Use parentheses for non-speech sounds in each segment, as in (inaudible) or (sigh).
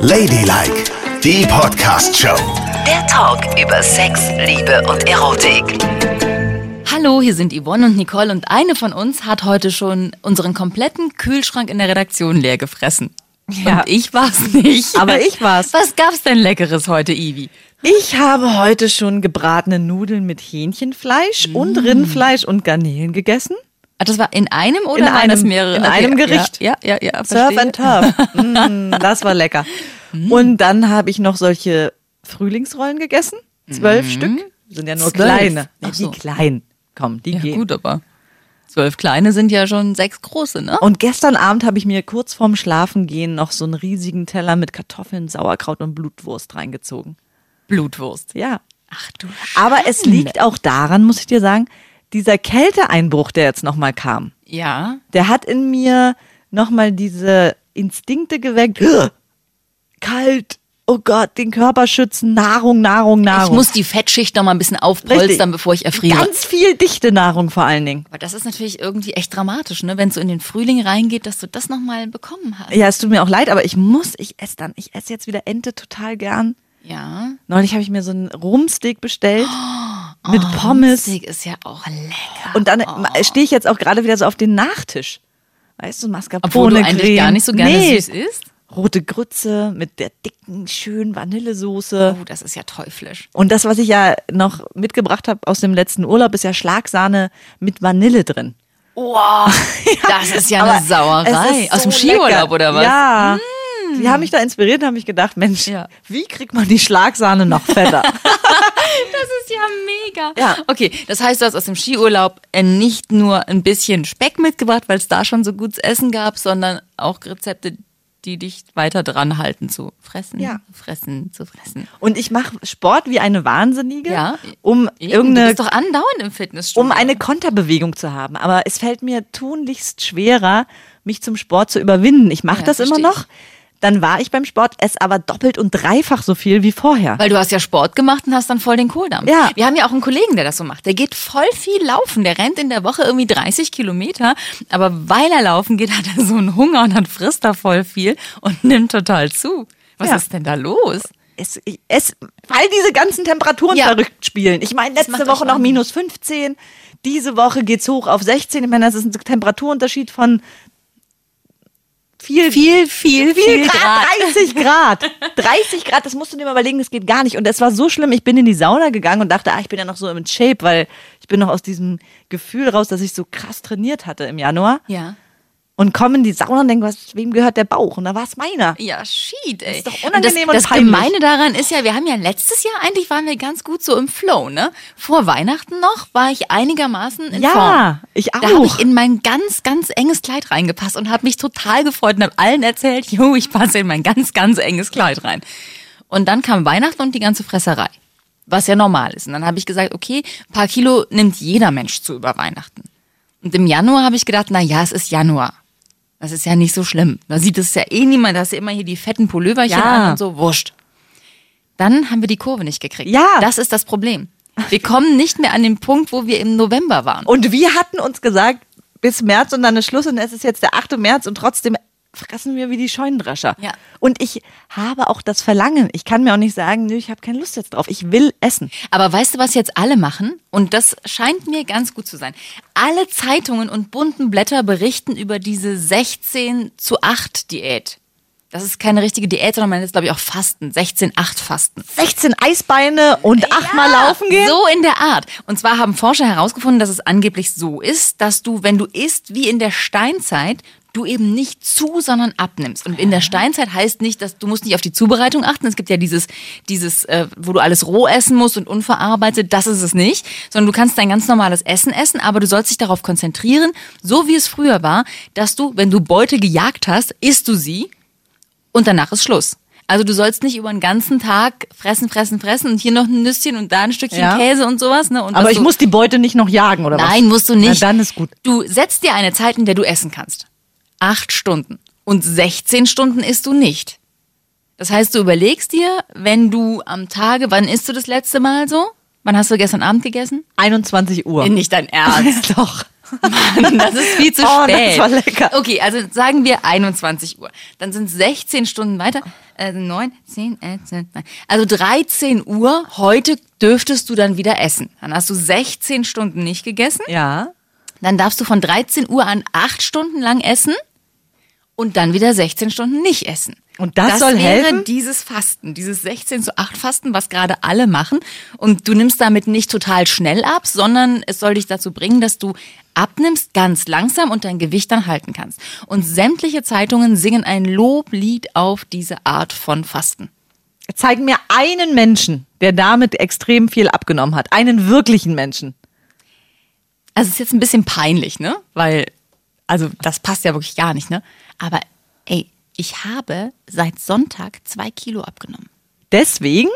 Ladylike, die Podcast-Show. Der Talk über Sex, Liebe und Erotik. Hallo, hier sind Yvonne und Nicole und eine von uns hat heute schon unseren kompletten Kühlschrank in der Redaktion leer gefressen. Ja. Und ich war's nicht. Aber ich war's. Was gab's denn Leckeres heute, Ivi? Ich habe heute schon gebratene Nudeln mit Mm. Hähnchenfleisch und Rindfleisch und Garnelen gegessen. Ah, Das war in einem oder In waren das einem- mehrere? in einem Gericht. Ja, ja, ja. ja Ah, Surf verstehe. Mm. and Turf. (laughs) Mm, das war lecker. Und dann habe ich noch solche Frühlingsrollen gegessen. Zwölf Stück. Sind ja nur Mm. Zwölf? kleine. Ach Nee, so. Die kleinen. Komm, die Ja, gehen. gut, aber zwölf kleine sind ja schon sechs große, ne? Und gestern Abend habe ich mir kurz vorm Schlafengehen noch so einen riesigen Teller mit Kartoffeln, Sauerkraut und Blutwurst reingezogen. Blutwurst. Ja. Ach du Aber es liegt auch daran, muss ich dir sagen, dieser Kälteeinbruch, der jetzt nochmal kam, Ja. der hat in mir nochmal diese Instinkte geweckt. Kalt, oh Gott, den Körper schützen, Nahrung, Nahrung, Ich Nahrung. muss die Fettschicht noch mal ein bisschen aufpolstern, Richtig. bevor ich erfriere. Ganz viel dichte Nahrung vor allen Dingen. aber das ist natürlich irgendwie echt dramatisch, ne? Wenn es so in den Frühling reingeht, dass du das nochmal bekommen hast. Ja, es tut mir auch leid, aber ich muss, ich esse dann. Ich esse jetzt wieder Ente total gern. Ja. Neulich habe ich mir so einen (gasps) Rumsteak bestellt mit Pommes. Rumsteak Oh, ist ja auch lecker. Und dann stehe ich jetzt auch gerade wieder so auf den Nachtisch. Weißt du, Mascarpone Obwohl du eigentlich Creme. gar nicht so gerne nee. süß isst. Rote Grütze mit der dicken, schönen Vanillesoße. Oh, das ist ja teuflisch. Und das, was ich ja noch mitgebracht habe aus dem letzten Urlaub, ist ja Schlagsahne mit Vanille drin. (laughs) Wow, (laughs) das ist ja Aber eine Sauerei. es ist Aus dem so Skiurlaub lecker. oder was? Hm. Ja. Die haben mich da inspiriert und haben mich gedacht, Mensch, Ja. wie kriegt man die Schlagsahne (laughs) noch fetter? Das ist ja mega. Ja. Okay, das heißt, du hast aus dem Skiurlaub äh, nicht nur ein bisschen Speck mitgebracht, weil es da schon so gutes Essen gab, sondern auch Rezepte, die dich weiter dran halten zu fressen, Ja. fressen, zu fressen. und ich mache Sport wie eine Wahnsinnige, Ja. um Eben, du irgendeine bist doch andauernd im Fitnessstudio. um eine Konterbewegung zu haben. Aber es fällt mir tunlichst schwerer, mich zum Sport zu überwinden. Ich mache Ja, das immer verstehe noch. Dann war ich beim Sport, esse aber doppelt und dreifach so viel wie vorher. Weil du hast ja Sport gemacht und hast dann voll den Kohldampf. Ja. Wir haben ja auch einen Kollegen, der das so macht. Der geht voll viel laufen. Der rennt in der Woche irgendwie 30 Kilometer. Aber weil er laufen geht, hat er so einen Hunger und dann frisst er voll viel und nimmt total zu. Was Ja. ist denn da los? Es, ich- es, weil diese ganzen Temperaturen Ja. verrückt spielen. Ich meine, macht letzte euch Woche noch wahnsinnig. minus 15, diese Woche geht's hoch auf 16. Ich meine, das ist ein Temperaturunterschied von viel, Viel, viel, viel Grad, 30 Grad. 30 Grad, das musst du dir mal überlegen, das geht gar nicht. Und es war so schlimm, ich bin in die Sauna gegangen und dachte, ah, ich bin ja noch so im Shape, weil ich bin noch aus diesem Gefühl raus, dass ich so krass trainiert hatte im Januar. Ja. Und komme in die Sauna und denke, was, wem gehört der Bauch? Und da war es meiner. Ja, shit, ey. ist doch unangenehm und und das, das peinlich. Gemeine daran ist ja, wir haben ja letztes Jahr, eigentlich waren wir ganz gut so im Flow, ne? Vor Weihnachten noch war ich einigermaßen in Ja, Form. ich Da habe ich auch. in mein ganz, ganz enges Kleid reingepasst und habe mich total gefreut und habe allen erzählt, jo, ich passe in mein ganz, ganz enges Kleid rein. Und dann kam Weihnachten und die ganze Fresserei. Was ja normal ist. Und dann habe ich gesagt, okay, ein paar Kilo nimmt jeder Mensch zu über Weihnachten. Und im Januar habe ich gedacht, na ja, es ist Januar. Das ist ja nicht so schlimm. Da sieht es ja eh niemand. Da hast du immer hier die fetten Pulloverchen Ja. an und so. Wurscht. Dann haben wir die Kurve nicht gekriegt. Ja. Das ist das Problem. Wir kommen nicht mehr an den Punkt, wo wir im November waren. Und wir hatten uns gesagt, bis März und dann ist Schluss und es ist jetzt der 8. März und trotzdem fressen wir wie die Scheunendrescher. Ja. Und ich habe auch das Verlangen. Ich kann mir auch nicht sagen, nö, ich habe keine Lust jetzt drauf. Ich will essen. Aber weißt du, was jetzt alle machen? Und das scheint mir ganz gut zu sein. Alle Zeitungen und bunten Blätter berichten über diese 16 zu 8 Diät. Das ist keine richtige Diät, sondern man ist, glaube ich, auch Fasten. 16-8 Fasten. 16 Eisbeine und achtmal laufen gehen. So in der Art. Und zwar haben Forscher herausgefunden, dass es angeblich so ist, dass du, wenn du isst wie in der Steinzeit, du eben nicht zu, sondern abnimmst. Und in der Steinzeit heißt nicht, dass du musst nicht auf die Zubereitung achten. Es gibt ja dieses, dieses, äh, wo du alles roh essen musst und unverarbeitet. Das ist es nicht, sondern du kannst dein ganz normales Essen essen, aber du sollst dich darauf konzentrieren, so wie es früher war, dass du, wenn du Beute gejagt hast, isst du sie und danach ist Schluss. Also du sollst nicht über den ganzen Tag fressen, fressen, fressen und hier noch ein Nüsschen und da ein Stückchen Ja. Käse und sowas. Ne? Und Aber was ich du, muss die Beute nicht noch jagen, oder was? Nein, musst du nicht. Na, dann ist gut. Du setzt dir eine Zeit, in der du essen kannst. Acht Stunden. Und 16 Stunden isst du nicht. Das heißt, du überlegst dir, wenn du am Tage, wann isst du das letzte Mal so? Wann hast du gestern Abend gegessen? 21 Uhr. Nicht dein Ernst. Doch. Mann, das ist (laughs) viel zu Oh, das spät. war lecker. Okay, also sagen wir 21 Uhr. Dann sind 16 Stunden weiter. Äh, 9, 10, 11, 10, nein. Also 13 Uhr heute dürftest du dann wieder essen. Dann hast du 16 Stunden nicht gegessen. Ja. Dann darfst du von 13 Uhr an 8 Stunden lang essen und dann wieder 16 Stunden nicht essen. Und das soll wäre helfen? dieses Fasten, dieses 16 zu 8 Fasten, was gerade alle machen. Und du nimmst damit nicht total schnell ab, sondern es soll dich dazu bringen, dass du abnimmst ganz langsam und dein Gewicht dann halten kannst. Und sämtliche Zeitungen singen ein Loblied auf diese Art von Fasten. Zeig mir einen Menschen, der damit extrem viel abgenommen hat. Einen wirklichen Menschen. Also es ist jetzt ein bisschen peinlich, ne? Weil, also das passt ja wirklich gar nicht, ne? Aber ey, ich habe seit Sonntag zwei Kilo abgenommen. Deswegen?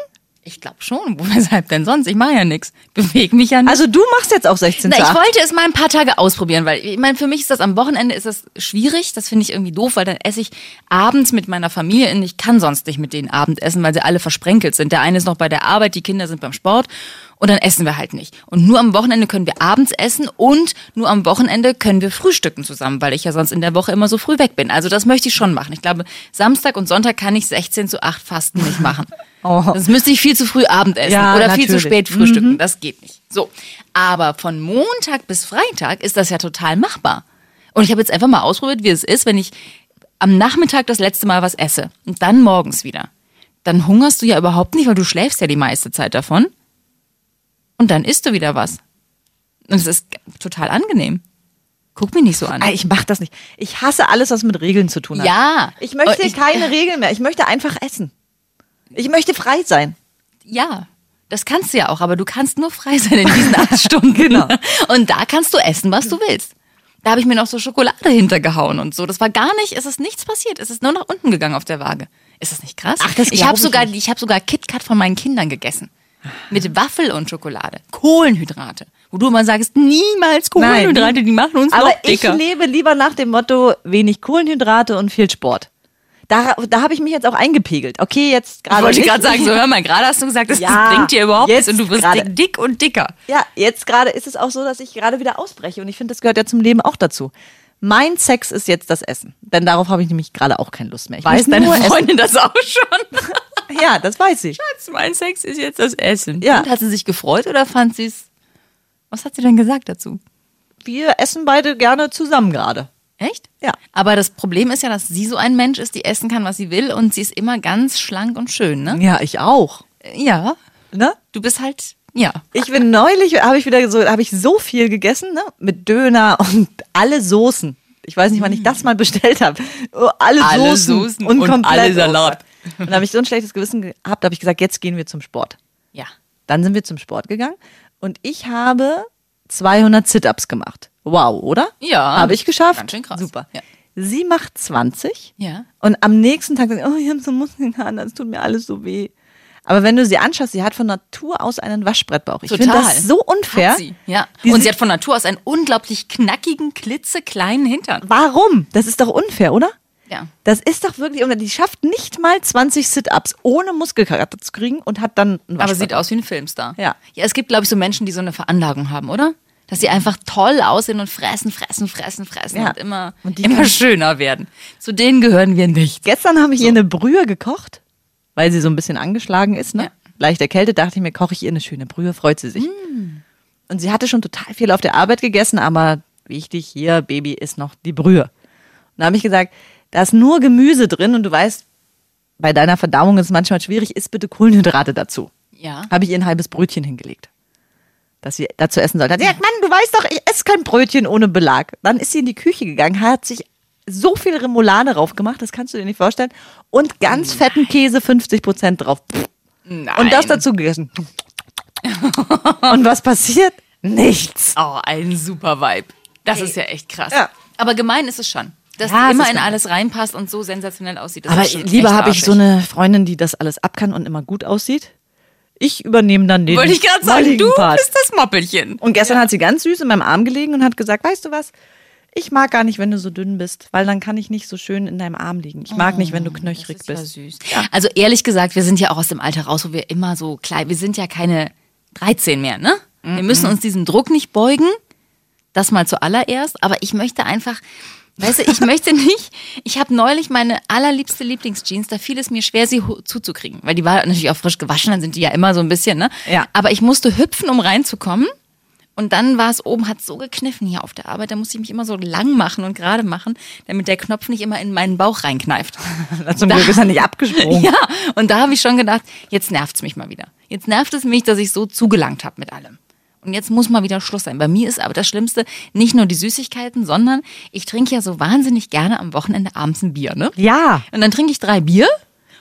Ich glaube schon. (laughs) Weshalb denn sonst? Ich mache ja nichts. Bewege mich ja nicht. Also du machst jetzt auch 16 Na, zu ich 8. wollte es mal ein paar Tage ausprobieren, weil ich meine, für mich ist das am Wochenende ist das schwierig. Das finde ich irgendwie doof, weil dann esse ich abends mit meiner Familie und ich kann sonst nicht mit denen Abend essen, weil sie alle versprenkelt sind. Der eine ist noch bei der Arbeit, die Kinder sind beim Sport und dann essen wir halt nicht. Und nur am Wochenende können wir abends essen und nur am Wochenende können wir frühstücken zusammen, weil ich ja sonst in der Woche immer so früh weg bin. Also das möchte ich schon machen. Ich glaube, Samstag und Sonntag kann ich 16 zu 8 Fasten nicht machen. Oh. Sonst müsste ich viel zu früh Abend essen Ja, oder viel zu natürlich. spät frühstücken. Das geht nicht. So. Aber von Montag bis Freitag ist das ja total machbar. Und ich habe jetzt einfach mal ausprobiert, wie es ist, wenn ich am Nachmittag das letzte Mal was esse und dann morgens wieder. Dann hungerst du ja überhaupt nicht, weil du schläfst ja die meiste Zeit davon. Und dann isst du wieder was. Und es ist g- total angenehm. Guck mich nicht so an. Ah, Ich mach das nicht. Ich hasse alles, was mit Regeln zu tun hat. Ja. Ich möchte Oh, ich- keine Regeln mehr. Ich möchte einfach essen. Ich möchte frei sein. Ja, das kannst du ja auch, aber du kannst nur frei sein in diesen (laughs) acht Stunden. genau. Und da kannst du essen, was du willst. Da habe ich mir noch so Schokolade hintergehauen und so. Das war gar nicht, es ist nichts passiert. Es ist nur nach unten gegangen auf der Waage. Ist das nicht krass? Ach, das ich glaub habe ich sogar, nicht. ich habe sogar KitKat von meinen Kindern gegessen. Mit Waffel und Schokolade. Kohlenhydrate. Wo du immer sagst, niemals Kohlenhydrate, Oh, die machen uns Aber noch dicker. ich lebe lieber nach dem Motto wenig Kohlenhydrate und viel Sport. Da, da habe ich mich jetzt auch eingepegelt. Okay, jetzt ich gerade. wollte nicht. gerade sagen, so hör mal, gerade hast du gesagt, das Ja, bringt dir überhaupt nichts jetzt und du wirst gerade. dick und dicker. (laughs) Ja, jetzt gerade ist es auch so, dass ich gerade wieder ausbreche und ich finde, das gehört ja zum Leben auch dazu. Mein Sex ist jetzt das Essen, denn darauf habe ich nämlich gerade auch keine Lust mehr. Ich Weiß muss deine nur essen. Freundin das auch schon? (laughs) Ja, das weiß ich. Schatz, mein Sex ist jetzt das Essen. Ja. Und hat sie sich gefreut oder fand sie es. Was hat sie denn gesagt dazu? Wir essen beide gerne zusammen gerade. Echt? Ja. Aber das Problem ist ja, dass sie so ein Mensch ist, die essen kann, was sie will und sie ist immer ganz schlank und schön, ne? Ja, ich auch. Ja. Ne? Du bist halt. Ja. Ich bin neulich, habe ich wieder so, habe ich so viel gegessen, ne? Mit Döner und alle Soßen. Ich weiß nicht, wann ich das mal bestellt habe. Oh, alle, Mm. Alle Soßen, Soßen und alle Salat. Und da habe ich so ein schlechtes Gewissen gehabt, habe ich gesagt, jetzt gehen wir zum Sport. Ja. Dann sind wir zum Sport gegangen und ich habe 200 Sit-ups gemacht. Wow, oder? Ja. Habe ich geschafft. Ganz schön krass. Super. Ja. Sie macht 20. Ja. Und am nächsten Tag sagt sie, oh, ich habe so Muskeln, das tut mir alles so weh. Aber wenn du sie anschaust, sie hat von Natur aus einen Waschbrettbauch. Ich finde Total. das so unfair. Hat sie. Ja. Die und sie- sie hat von Natur aus einen unglaublich knackigen, klitzekleinen Hintern. Warum? Das ist doch unfair, oder? Ja. Das ist doch wirklich, die schafft nicht mal 20 Sit-ups ohne Muskelkater zu kriegen und hat dann einen Aber Waschbrettbauch. sieht aus wie ein Filmstar. Ja. Ja, es gibt, glaube ich, so Menschen, die so eine Veranlagung haben, oder? Dass sie einfach toll aussehen und fressen, fressen, fressen, fressen Ja. und immer, Und die immer kann- schöner werden. Zu denen gehören wir nicht. Gestern habe ich ihr eine Brühe gekocht, weil sie so ein bisschen angeschlagen ist, ne? Ja. Leicht erkältet, dachte ich mir, koche ich ihr eine schöne Brühe, freut sie sich. Und sie hatte schon total viel auf der Arbeit gegessen, aber wichtig hier, Baby, ist noch die Brühe. Und da habe ich gesagt, da ist nur Gemüse drin und du weißt, bei deiner Verdauung ist es manchmal schwierig, isst bitte Kohlenhydrate dazu. Ja. Habe ich ihr ein halbes Brötchen hingelegt, dass sie dazu essen sollte. Hat sie gesagt, Mann, du weißt doch, ich esse kein Brötchen ohne Belag. Dann ist sie in die Küche gegangen, hat sich so viel Remoulade drauf gemacht, das kannst du dir nicht vorstellen. Und ganz fetten Käse, 50 Prozent drauf. Pff. Ah, Nein. Und das dazu gegessen. Und was passiert? Nichts. Oh, ein super Vibe. Das ist ja echt krass. Ja. Aber gemein ist es schon. Dass Ja, es immer ist in gemein. alles reinpasst und so sensationell aussieht. Das Aber ist schon lieber echt habe ich so arschig. eine Freundin, die das alles ab kann und immer gut aussieht. Ich übernehme dann den Wollte ich gerade sagen, molligen du Part. bist das Moppelchen. Und gestern hat sie ganz süß in meinem Arm gelegen und hat gesagt, weißt du was? Ich mag gar nicht, wenn du so dünn bist, weil dann kann ich nicht so schön in deinem Arm liegen. Ich mag nicht, wenn du Mm, knöchrig bist. süß. Also ehrlich gesagt, wir sind ja auch aus dem Alter raus, wo wir immer so klein, wir sind ja keine 13 mehr, ne? Wir müssen uns diesem Druck nicht beugen. Das mal zuallererst, aber ich möchte einfach, weißt du, ich möchte nicht, ich habe neulich meine allerliebste Lieblingsjeans, da fiel es mir schwer, sie ho- zuzukriegen, weil die war natürlich auch frisch gewaschen, dann sind die ja immer so ein bisschen, ne? Ja. Aber ich musste hüpfen, um reinzukommen. Und dann war es oben, hat so gekniffen hier auf der Arbeit, da musste ich mich immer so lang machen und gerade machen, damit der Knopf nicht immer in meinen Bauch reinkneift. (laughs) Zum Glück ist (laughs) er nicht abgesprungen. Ja, und da habe ich schon gedacht, jetzt nervt's mich mal wieder. Jetzt nervt es mich, dass ich so zugelangt habe mit allem. Und jetzt muss mal wieder Schluss sein. Bei mir ist aber das Schlimmste nicht nur die Süßigkeiten, sondern ich trinke ja so wahnsinnig gerne am Wochenende abends ein Bier, ne? Ja. Und dann trinke ich drei Bier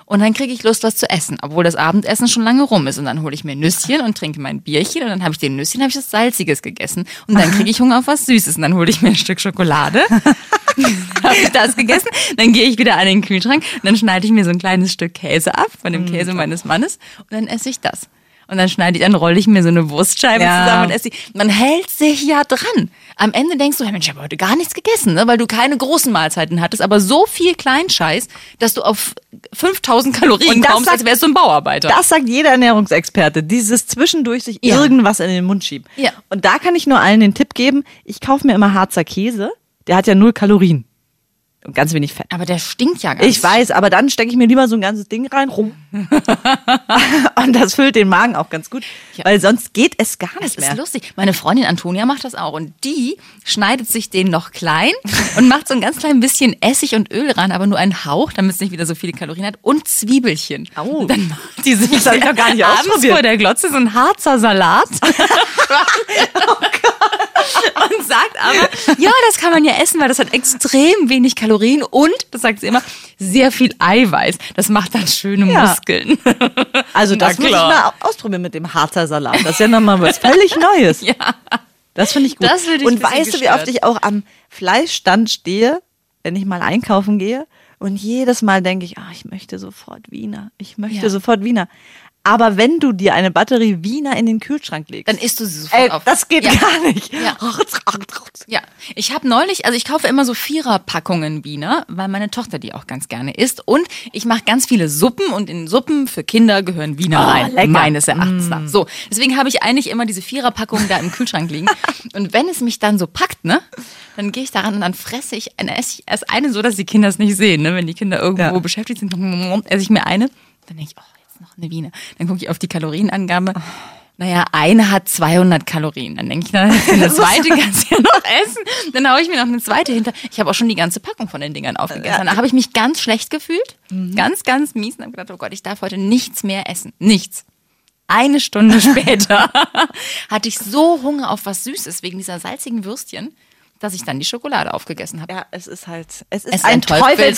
und dann kriege ich Lust, was zu essen, obwohl das Abendessen schon lange rum ist. Und dann hole ich mir Nüsschen und trinke mein Bierchen und dann habe ich den Nüsschen, habe ich was Salziges gegessen und (laughs) dann kriege ich Hunger auf was Süßes und dann hole ich mir ein Stück Schokolade. (laughs) habe ich das gegessen, dann gehe ich wieder an den Kühlschrank und dann schneide ich mir so ein kleines Stück Käse ab von Mm, dem Käse meines Mannes und dann esse ich das. Und dann schneide ich, dann rolle ich mir so eine Wurstscheibe Ja. zusammen und esse die. Man hält sich ja dran. Am Ende denkst du, "Ja, Mensch, ich habe heute gar nichts gegessen, ne? weil du keine großen Mahlzeiten hattest, aber so viel Kleinscheiß, dass du auf 5000 Kalorien Und das kommst, sagt- als wärst du ein Bauarbeiter. Das sagt jeder Ernährungsexperte. Dieses zwischendurch sich Ja. irgendwas in den Mund schieben. Ja. Und da kann ich nur allen den Tipp geben, ich kaufe mir immer Harzer Käse. Der hat ja null Kalorien. Und ganz wenig Fett. aber der stinkt ja gar nicht. Ich weiß, aber dann stecke ich mir lieber so ein ganzes Ding rein rum. (laughs) und das füllt den Magen auch ganz gut. Ja. Weil sonst geht es gar Das nicht ist mehr. lustig. Meine Freundin Antonia macht das auch und die schneidet sich den noch klein und macht so ein ganz klein bisschen Essig und Öl ran, aber nur einen Hauch, damit es nicht wieder so viele Kalorien hat und Zwiebelchen. Au. Und (laughs) Dann macht die sich (laughs) Das hab ich (laughs) noch gar nicht abends ausprobiert. vor der Glotze so einen Harzer (laughs) Salat. Oh und sagt aber, ja, das kann man ja essen, weil das hat extrem wenig Kalorien und, das sagt sie immer, sehr viel Eiweiß. Das macht dann schöne Ja. Muskeln. (laughs) Also Na das muss ich klar. mal ausprobieren mit dem Harzer Salat. Das ist ja nochmal was völlig (laughs) Neues. Ja. Das finde ich gut. Das würde ich ein Und bisschen weißt du, wie oft gestört. ich auch am Fleischstand stehe, wenn ich mal einkaufen gehe? Und jedes Mal denke ich, ah, ich möchte sofort Wiener. Ich möchte Ja. sofort Wiener. Aber wenn du dir eine Batterie Wiener in den Kühlschrank legst, Dann isst du sie sofort ey, auf. das geht Ja. gar nicht. Oh. Ja. Ja, ich habe neulich, also ich kaufe immer so Viererpackungen Wiener, weil meine Tochter die auch ganz gerne isst. Und ich mache ganz viele Suppen und in Suppen für Kinder gehören Wiener Oh, rein, lecker. Mm. meines Erachtens nach. So, deswegen habe ich eigentlich immer diese Viererpackungen da im Kühlschrank (laughs) liegen. und wenn es mich dann so packt, ne, dann gehe ich daran und dann fresse ich, dann esse ich erst eine, so dass die Kinder es nicht sehen. Ne? Wenn die Kinder irgendwo Ja. beschäftigt sind, esse ich mir eine. Dann denke ich, oh, jetzt noch eine Wiener. Dann gucke ich auf die Kalorienangabe. Oh. Naja, eine hat 200 Kalorien. Dann denke ich, na, eine (laughs) zweite kannst du ja noch essen. Dann haue ich mir noch eine zweite hinter. Ich habe auch schon die ganze Packung von den Dingern aufgegessen. Da habe ich mich ganz schlecht gefühlt. Mhm. Ganz, ganz mies. Und habe gedacht, oh Gott, ich darf heute nichts mehr essen. Nichts. Eine Stunde (laughs) später hatte ich so Hunger auf was Süßes wegen dieser salzigen Würstchen, dass ich dann die Schokolade aufgegessen habe. (laughs) Ja, es ist halt, es ist Es ist ein,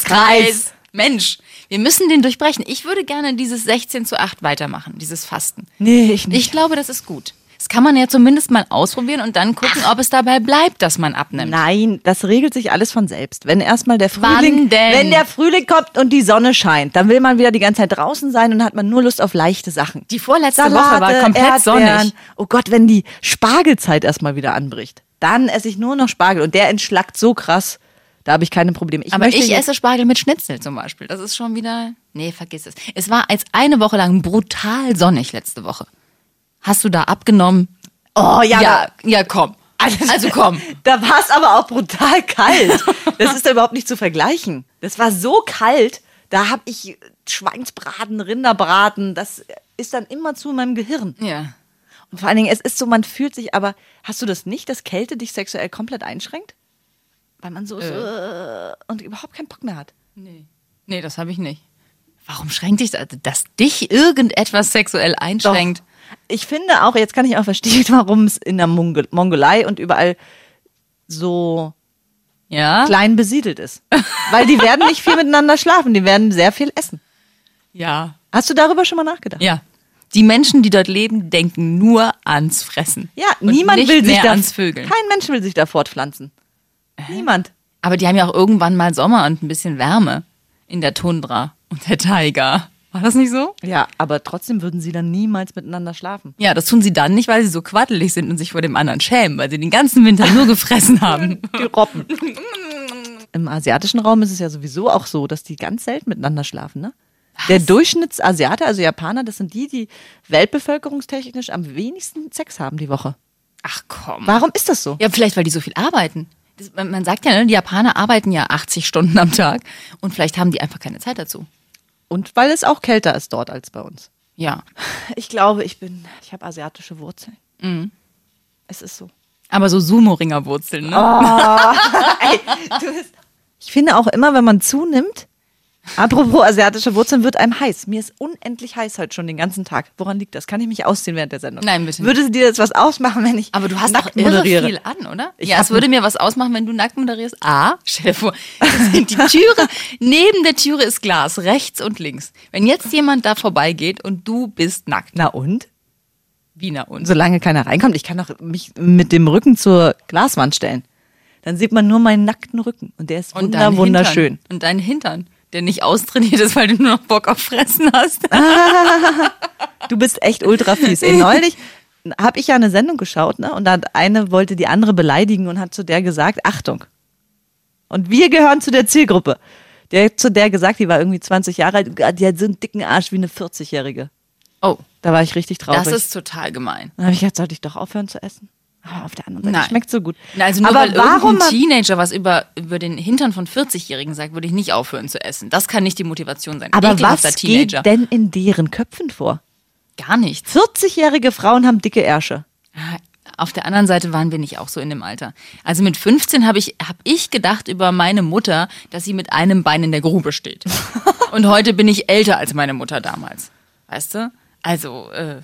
Teufelskreis. Mensch, wir müssen den durchbrechen. Ich würde gerne dieses 16 zu 8 weitermachen, dieses Fasten. Nee, ich nicht. Ich glaube, das ist gut. Das kann man ja zumindest mal ausprobieren und dann gucken, ob es dabei bleibt, dass man abnimmt. Nein, das regelt sich alles von selbst. Wenn erstmal der Frühling, Wann denn? wenn der Frühling kommt und die Sonne scheint, dann will man wieder die ganze Zeit draußen sein und hat man nur Lust auf leichte Sachen. Die vorletzte Woche war komplett sonnig. Oh Gott, wenn die Spargelzeit erstmal wieder anbricht, dann esse ich nur noch Spargel und der entschlackt so krass. Da habe ich keine Probleme. Ich Aber möchte ich jetzt- esse Spargel mit Schnitzel zum Beispiel. Das ist schon wieder. Nee, vergiss es. Es war als eine Woche lang brutal sonnig letzte Woche. Hast du da abgenommen? Oh ja, ja, ja komm. (laughs) Also komm. Da war es aber auch brutal kalt. Das ist da überhaupt nicht zu vergleichen. Das war so kalt, da habe ich Schweinsbraten, Rinderbraten, das ist dann immer zu in meinem Gehirn. Ja. Und vor allen Dingen, es ist so, man fühlt sich aber, hast du das nicht, dass Kälte dich sexuell komplett einschränkt? Weil man so, so und überhaupt keinen Bock mehr hat. Nee. Nee, das habe ich nicht. Warum schränkt dich das? Dass dich irgendetwas sexuell einschränkt? Ich finde auch, jetzt kann ich auch verstehen, (laughs) warum es in der Mongol Mongolei und überall so Ja. klein besiedelt ist. Weil die werden nicht viel miteinander schlafen, die werden sehr viel essen. Ja. Hast du darüber schon mal nachgedacht? Ja. Die Menschen, die dort leben, denken nur ans Fressen. Ja, Und niemand nicht will sich mehr da ans Vögeln. Kein Mensch will sich da fortpflanzen. Niemand. Aber die haben ja auch irgendwann mal Sommer und ein bisschen Wärme in der Tundra und der Tiger. War das nicht so? Ja, aber trotzdem würden sie dann niemals miteinander schlafen. Ja, das tun sie dann nicht, weil sie so quaddelig sind und sich vor dem anderen schämen, weil sie den ganzen Winter nur gefressen haben. Die (laughs) Robben. Im asiatischen Raum ist es ja sowieso auch so, dass die ganz selten miteinander schlafen, ne? Der Durchschnittsasiate, also Japaner, das sind die, die weltbevölkerungstechnisch am wenigsten Sex haben die Woche. (laughs) Ach komm. Warum ist das so? Ja, vielleicht, weil die so viel arbeiten. Das, man, man sagt ja, ne, die Japaner arbeiten ja 80 Stunden am Tag und vielleicht haben die einfach keine Zeit dazu. Und weil es auch kälter ist dort als bei uns. Ja. Ich glaube, ich bin, ich habe asiatische Wurzeln. Es ist so. Aber so Sumo-Ringer-Wurzeln, ne? Ich finde auch immer, wenn man zunimmt, apropos asiatische Wurzeln, wird einem heiß. Mir ist unendlich heiß heute schon den ganzen Tag. Woran liegt das? Kann ich mich ausziehen während der Sendung? Nein, bitte nicht. Würde dir jetzt was ausmachen, wenn ich Aber du hast auch nackt irre moderiere? viel an, oder? Ich ja, hab- es würde mir was ausmachen, wenn du nackt moderierst. A, stell dir (laughs) vor, das sind die Türe, neben der Türe ist Glas, rechts und links. Wenn jetzt jemand da vorbeigeht und du bist nackt, Na und? Wiener und Solange keiner reinkommt, ich kann doch mich mit dem Rücken zur Glaswand stellen. Dann sieht man nur meinen nackten Rücken und der ist und wunder, dein wunderschön. Hintern. Und deinen Hintern, der nicht austrainiert ist, weil du nur noch Bock auf Fressen hast. Du bist echt ultra (laughs) fies. Ey, neulich habe ich ja eine Sendung geschaut, ne? Und da hat eine wollte die andere beleidigen und hat zu der gesagt, Achtung. Und wir gehören zu der Zielgruppe. Der hat zu der gesagt, die war irgendwie 20 Jahre alt, "Ah, die hat so einen dicken Arsch wie eine 40-Jährige. Oh, Da war ich richtig traurig. das ist total gemein. Dann habe ich gedacht, sollte ich doch aufhören zu essen? Aber auf der anderen Seite Nein. schmeckt so gut. Na, Also nur Aber weil warum warum man- ein Teenager was über, über den Hintern von 40-Jährigen sagt, würde ich nicht aufhören zu essen. Das kann nicht die Motivation sein. aber Ekelhafter was Teenager. geht denn in deren Köpfen vor? Gar nichts. 40-jährige Frauen haben dicke Ärsche. Auf der anderen Seite waren wir nicht auch so in dem Alter. Also mit 15 habe ich, hab ich gedacht über meine Mutter, dass sie mit einem Bein in der Grube steht. Und heute bin ich älter als meine Mutter damals. Weißt du? Also, äh,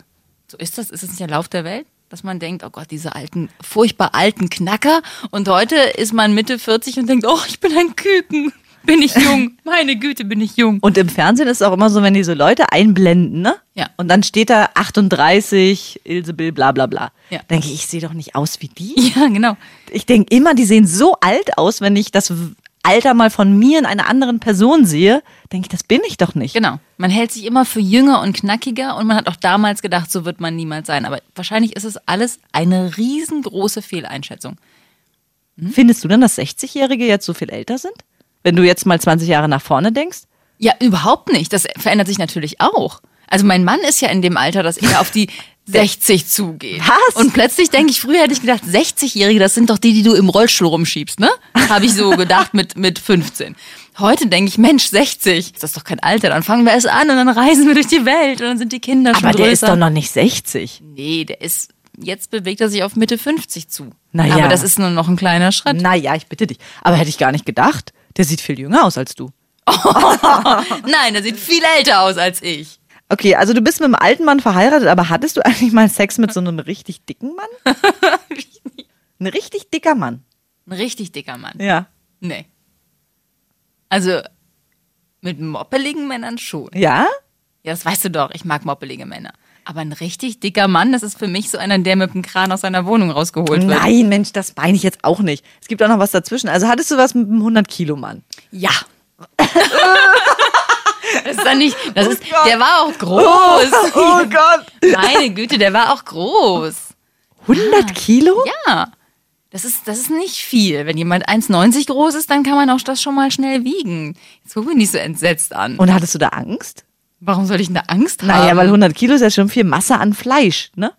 so ist das. Ist das nicht der Lauf der Welt? Dass man denkt, oh Gott, diese alten, furchtbar alten Knacker. Und heute ist man Mitte 40 und denkt, oh, ich bin ein Küken. Bin ich jung. Meine Güte, bin ich jung. Und im Fernsehen ist es auch immer so, wenn die so Leute einblenden, ne? Ja. Und dann steht da 38, Ilse Bill, bla bla bla. Ja. Denke ich, ich sehe doch nicht aus wie die. Ja, genau. Ich denke immer, die sehen so alt aus, wenn ich das Alter mal von mir in einer anderen Person sehe, denke ich, das bin ich doch nicht. Genau. Man hält sich immer für jünger und knackiger und man hat auch damals gedacht, so wird man niemals sein. Aber wahrscheinlich ist es alles eine riesengroße Fehleinschätzung. Mhm. Findest du denn, dass 60-Jährige jetzt so viel älter sind? Wenn du jetzt mal 20 Jahre nach vorne denkst? Ja, überhaupt nicht. Das verändert sich natürlich auch. Also mein Mann ist ja in dem Alter, dass er auf die (laughs) 60 zugeht. Was? Und plötzlich denke ich, früher hätte ich gedacht, 60-Jährige, das sind doch die, die du im Rollstuhl rumschiebst, ne? Habe ich so gedacht mit, mit 15. Heute denke ich, Mensch, 60, das ist doch kein Alter. Dann fangen wir es an und dann reisen wir durch die Welt und dann sind die Kinder schon Aber größer. der ist doch noch nicht 60. Nee, der ist. Jetzt bewegt er sich auf Mitte 50 zu. Naja. Aber das ist nur noch ein kleiner (laughs) Schritt. Naja, ich bitte dich. Aber hätte ich gar nicht gedacht. Der sieht viel jünger aus als du. Oh, Nein, der sieht viel älter aus als ich. Okay, also du bist mit einem alten Mann verheiratet, aber hattest du eigentlich mal Sex mit so einem richtig dicken (laughs) Mann? Ein richtig dicker Mann. Ein richtig dicker Mann. Ja. Nee. Also, mit moppeligen Männern schon. Ja? Ja, das weißt du doch, ich mag moppelige Männer. Aber ein richtig dicker Mann, das ist für mich so einer, der mit dem Kran aus seiner Wohnung rausgeholt wird. Nein, Mensch, das meine ich jetzt auch nicht. Es gibt auch noch was dazwischen. Also hattest du was mit einem 100-Kilo-Mann? Ja. (laughs) das ist dann nicht. Das ist, der war auch groß. Oh Gott. Meine Güte, der war auch groß. 100 Kilo? Ja. Das ist, das ist nicht viel. Wenn jemand 1,90 groß ist, dann kann man auch das schon mal schnell wiegen. Jetzt guck mich nicht so entsetzt an. Und hattest du da Angst? Warum soll ich denn da Angst haben? Naja, weil 100 Kilo ist ja schon viel Masse an Fleisch, ne?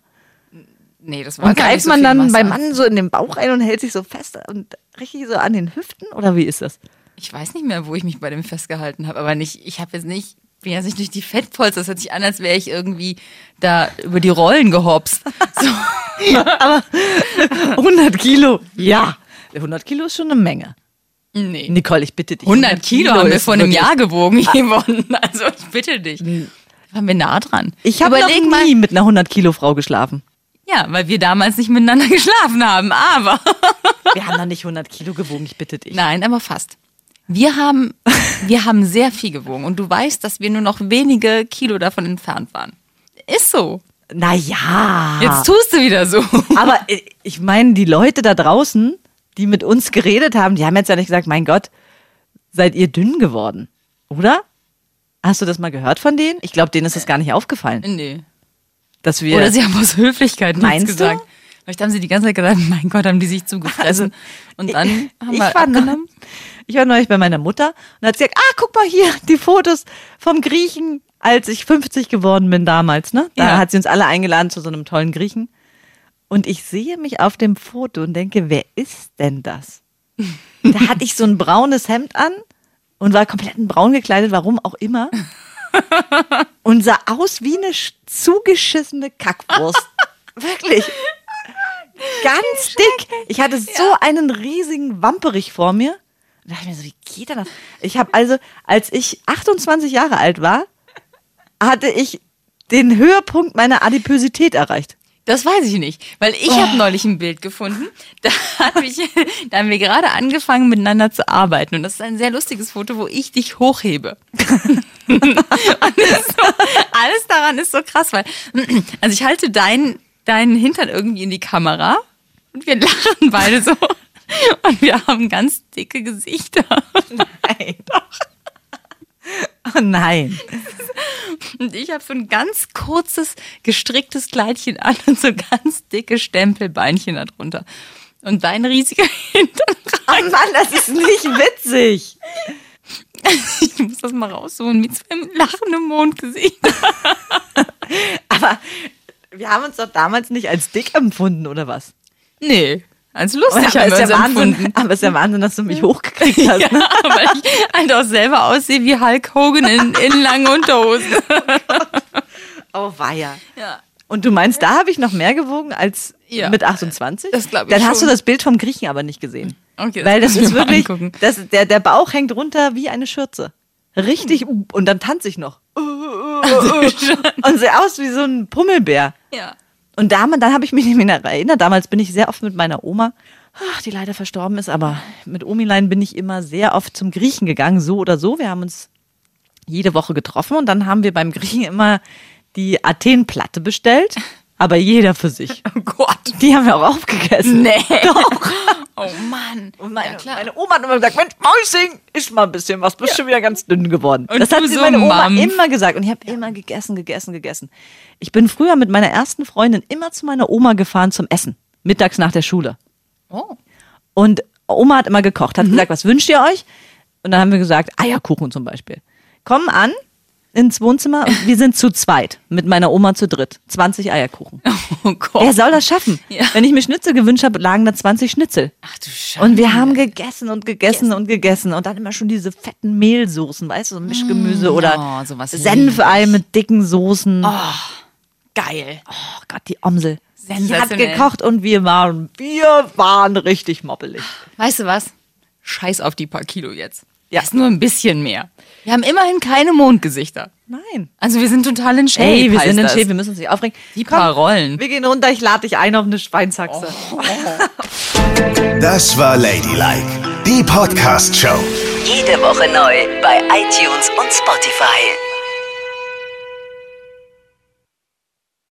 Nee, das war Und gar greift nicht so man viel dann Masse. beim Mann so in den Bauch ein und hält sich so fest und richtig so an den Hüften? Oder wie ist das? Ich weiß nicht mehr, wo ich mich bei dem festgehalten habe, aber nicht, ich habe jetzt nicht, bin jetzt nicht durch die Fettpolster. Das hört sich an, als wäre ich irgendwie da über die Rollen (laughs) gehopst. So. 100 Kilo, ja. 100 Kilo ist schon eine Menge. Nee. Nicole, ich bitte dich. 100 Kilo haben wir ist vor einem wirklich- Jahr gewogen, (laughs) Yvonne. Also ich bitte dich. Waren wir nah dran. Ich habe noch Überleg nie mal, mit einer 100 Kilo Frau (laughs) geschlafen. Ja, weil wir damals nicht miteinander (laughs) geschlafen haben, aber. Wir haben noch nicht 100 Kilo gewogen, ich bitte dich. Nein, aber fast. Wir haben, wir haben sehr viel gewogen und du weißt, dass wir nur noch wenige Kilo davon entfernt waren. Ist so. Naja. Jetzt tust du wieder so. Ah. Aber äh, ich meine, die Leute da draußen, die mit uns geredet haben, die haben jetzt ja nicht gesagt, mein Gott, seid ihr dünn geworden, oder? Hast du das mal gehört von denen? Ich glaube, denen ist das gar nicht aufgefallen, (laughs) Nee. dass wir... Oder sie haben aus Höflichkeit nichts Meinst du? gesagt. Vielleicht haben sie die ganze Zeit gesagt, (laughs) mein Gott, haben die sich Also, zugefressen. und dann haben wir war neu- abgenommen. ich war neulich bei meiner Mutter und hat sie gesagt, ah, guck mal hier, (laughs) die Fotos vom Griechen, als ich 50 geworden bin damals, ne? Da Ja. hat sie uns alle eingeladen zu so einem tollen Griechen. Und ich sehe mich auf dem Foto und denke, wer ist (laughs) denn das? Da hatte ich so ein braunes Hemd an und war komplett in braun gekleidet, warum (laughs) auch immer. Und sah aus wie eine sch- zugeschissene (laughs) Kackwurst. Wirklich. Ganz dick. Ich hatte so einen riesigen Wamperich vor mir. Da dachte ich mir so, wie geht denn das? Ich habe also, als ich 28 Jahre alt war, hatte ich den Höhepunkt meiner Adipösität erreicht. Das weiß ich nicht, weil ich habe neulich ein Bild gefunden. Da, hat mich, (laughs) da haben wir gerade angefangen, miteinander zu arbeiten. Und das ist ein sehr lustiges Foto, wo ich dich hochhebe. (laughs) Und das ist so, alles daran ist so krass, weil (clears throat) also ich halte deinen deinen Hintern irgendwie in die Kamera und wir (laughs) lachen beide so. Und wir haben ganz dicke Gesichter. Nein. Oh nein. Und ich habe so ein ganz kurzes, gestricktes Kleidchen an und so ganz dicke Stempelbeinchen darunter. Und dein riesiger (laughs) Hintern Oh Mann, das ist nicht witzig. Ich muss das mal raussuchen mit zwei lachendem Mondgesicht. Aber wir haben uns doch damals nicht als dick empfunden, oder was? Nee, als lustig haben aber, wir ist uns ja (laughs) Wahnsinn, empfunden. aber ist ja Wahnsinn, dass du (laughs) mich hochgekriegt hast. Ja, weil ich halt auch selber aussehe wie Hulk Hogan in, in langen Unterhosen. Oh weia. Ja. Und du meinst, da habe ich noch mehr gewogen als Ja. mit 28? Das glaub ich Dann hast du schon. das Bild vom Griechen aber nicht gesehen. Okay, das Weil das muss ich ist mir mal wirklich, angucken. das, der, der Bauch hängt runter wie eine Schürze. Richtig, uh, und dann tanze ich noch. Uh, uh, Oh, uh, uh. Und sehe aus wie so ein Pummelbär. (laughs) Ja. Und damals, dann habe ich mich nicht mehr erinnert. Damals bin ich sehr oft mit meiner Oma, ach, die leider verstorben ist, aber mit Omilein bin ich immer sehr oft zum Griechen gegangen, so oder so. Wir haben uns jede Woche getroffen und dann haben wir beim Griechen immer die Athen-Platte bestellt, aber jeder für sich. Oh Gott. Die haben wir auch aufgegessen. Nee. (laughs) Doch. Oh Mann. Und meine, ja, klar. meine Oma hat immer gesagt, Mensch, Mäuschen, isch mal ein bisschen was, bist schon wieder ganz dünn geworden. Und das hat du sie so meine Oma Mampf. immer gesagt und ich habe immer gegessen, gegessen, gegessen. Ich bin früher mit meiner ersten Freundin immer zu meiner Oma gefahren zum Essen, mittags nach der Schule. oh. Und Oma hat immer gekocht, hat gesagt, was wünscht ihr euch? Und dann haben wir gesagt, Eierkuchen zum Beispiel. Kommen an ins Wohnzimmer und wir sind zu zweit, mit meiner Oma zu dritt. 20 Eierkuchen. oh Gott. Wer soll das schaffen? Ja. Wenn ich mir Schnitzel gewünscht habe, lagen da 20 Schnitzel. Ach du Scheiße. Und wir haben gegessen und gegessen und gegessen und dann immer schon diese fetten Mehlsoßen, weißt du, so Mischgemüse oder oh, sowas lieb Senfei mit dicken Soßen. Oh, geil. Gott, die Omsel. Sie hat Sensationell. gekocht und wir waren, wir waren richtig moppelig. Weißt du was? Scheiß auf die paar Kilo jetzt. Ja. Ja. Ist nur ein bisschen mehr. Wir haben immerhin keine Mondgesichter. Nein. Also wir sind total in Shape. Ey, wir heißt sind in das. Shape, wir müssen uns nicht aufregen. Die paar Rollen. Oh. Wir gehen runter, ich lade dich ein auf eine Schweinshaxe. Das war Ladylike, die Podcast-Show. Jede Woche neu bei iTunes und Spotify.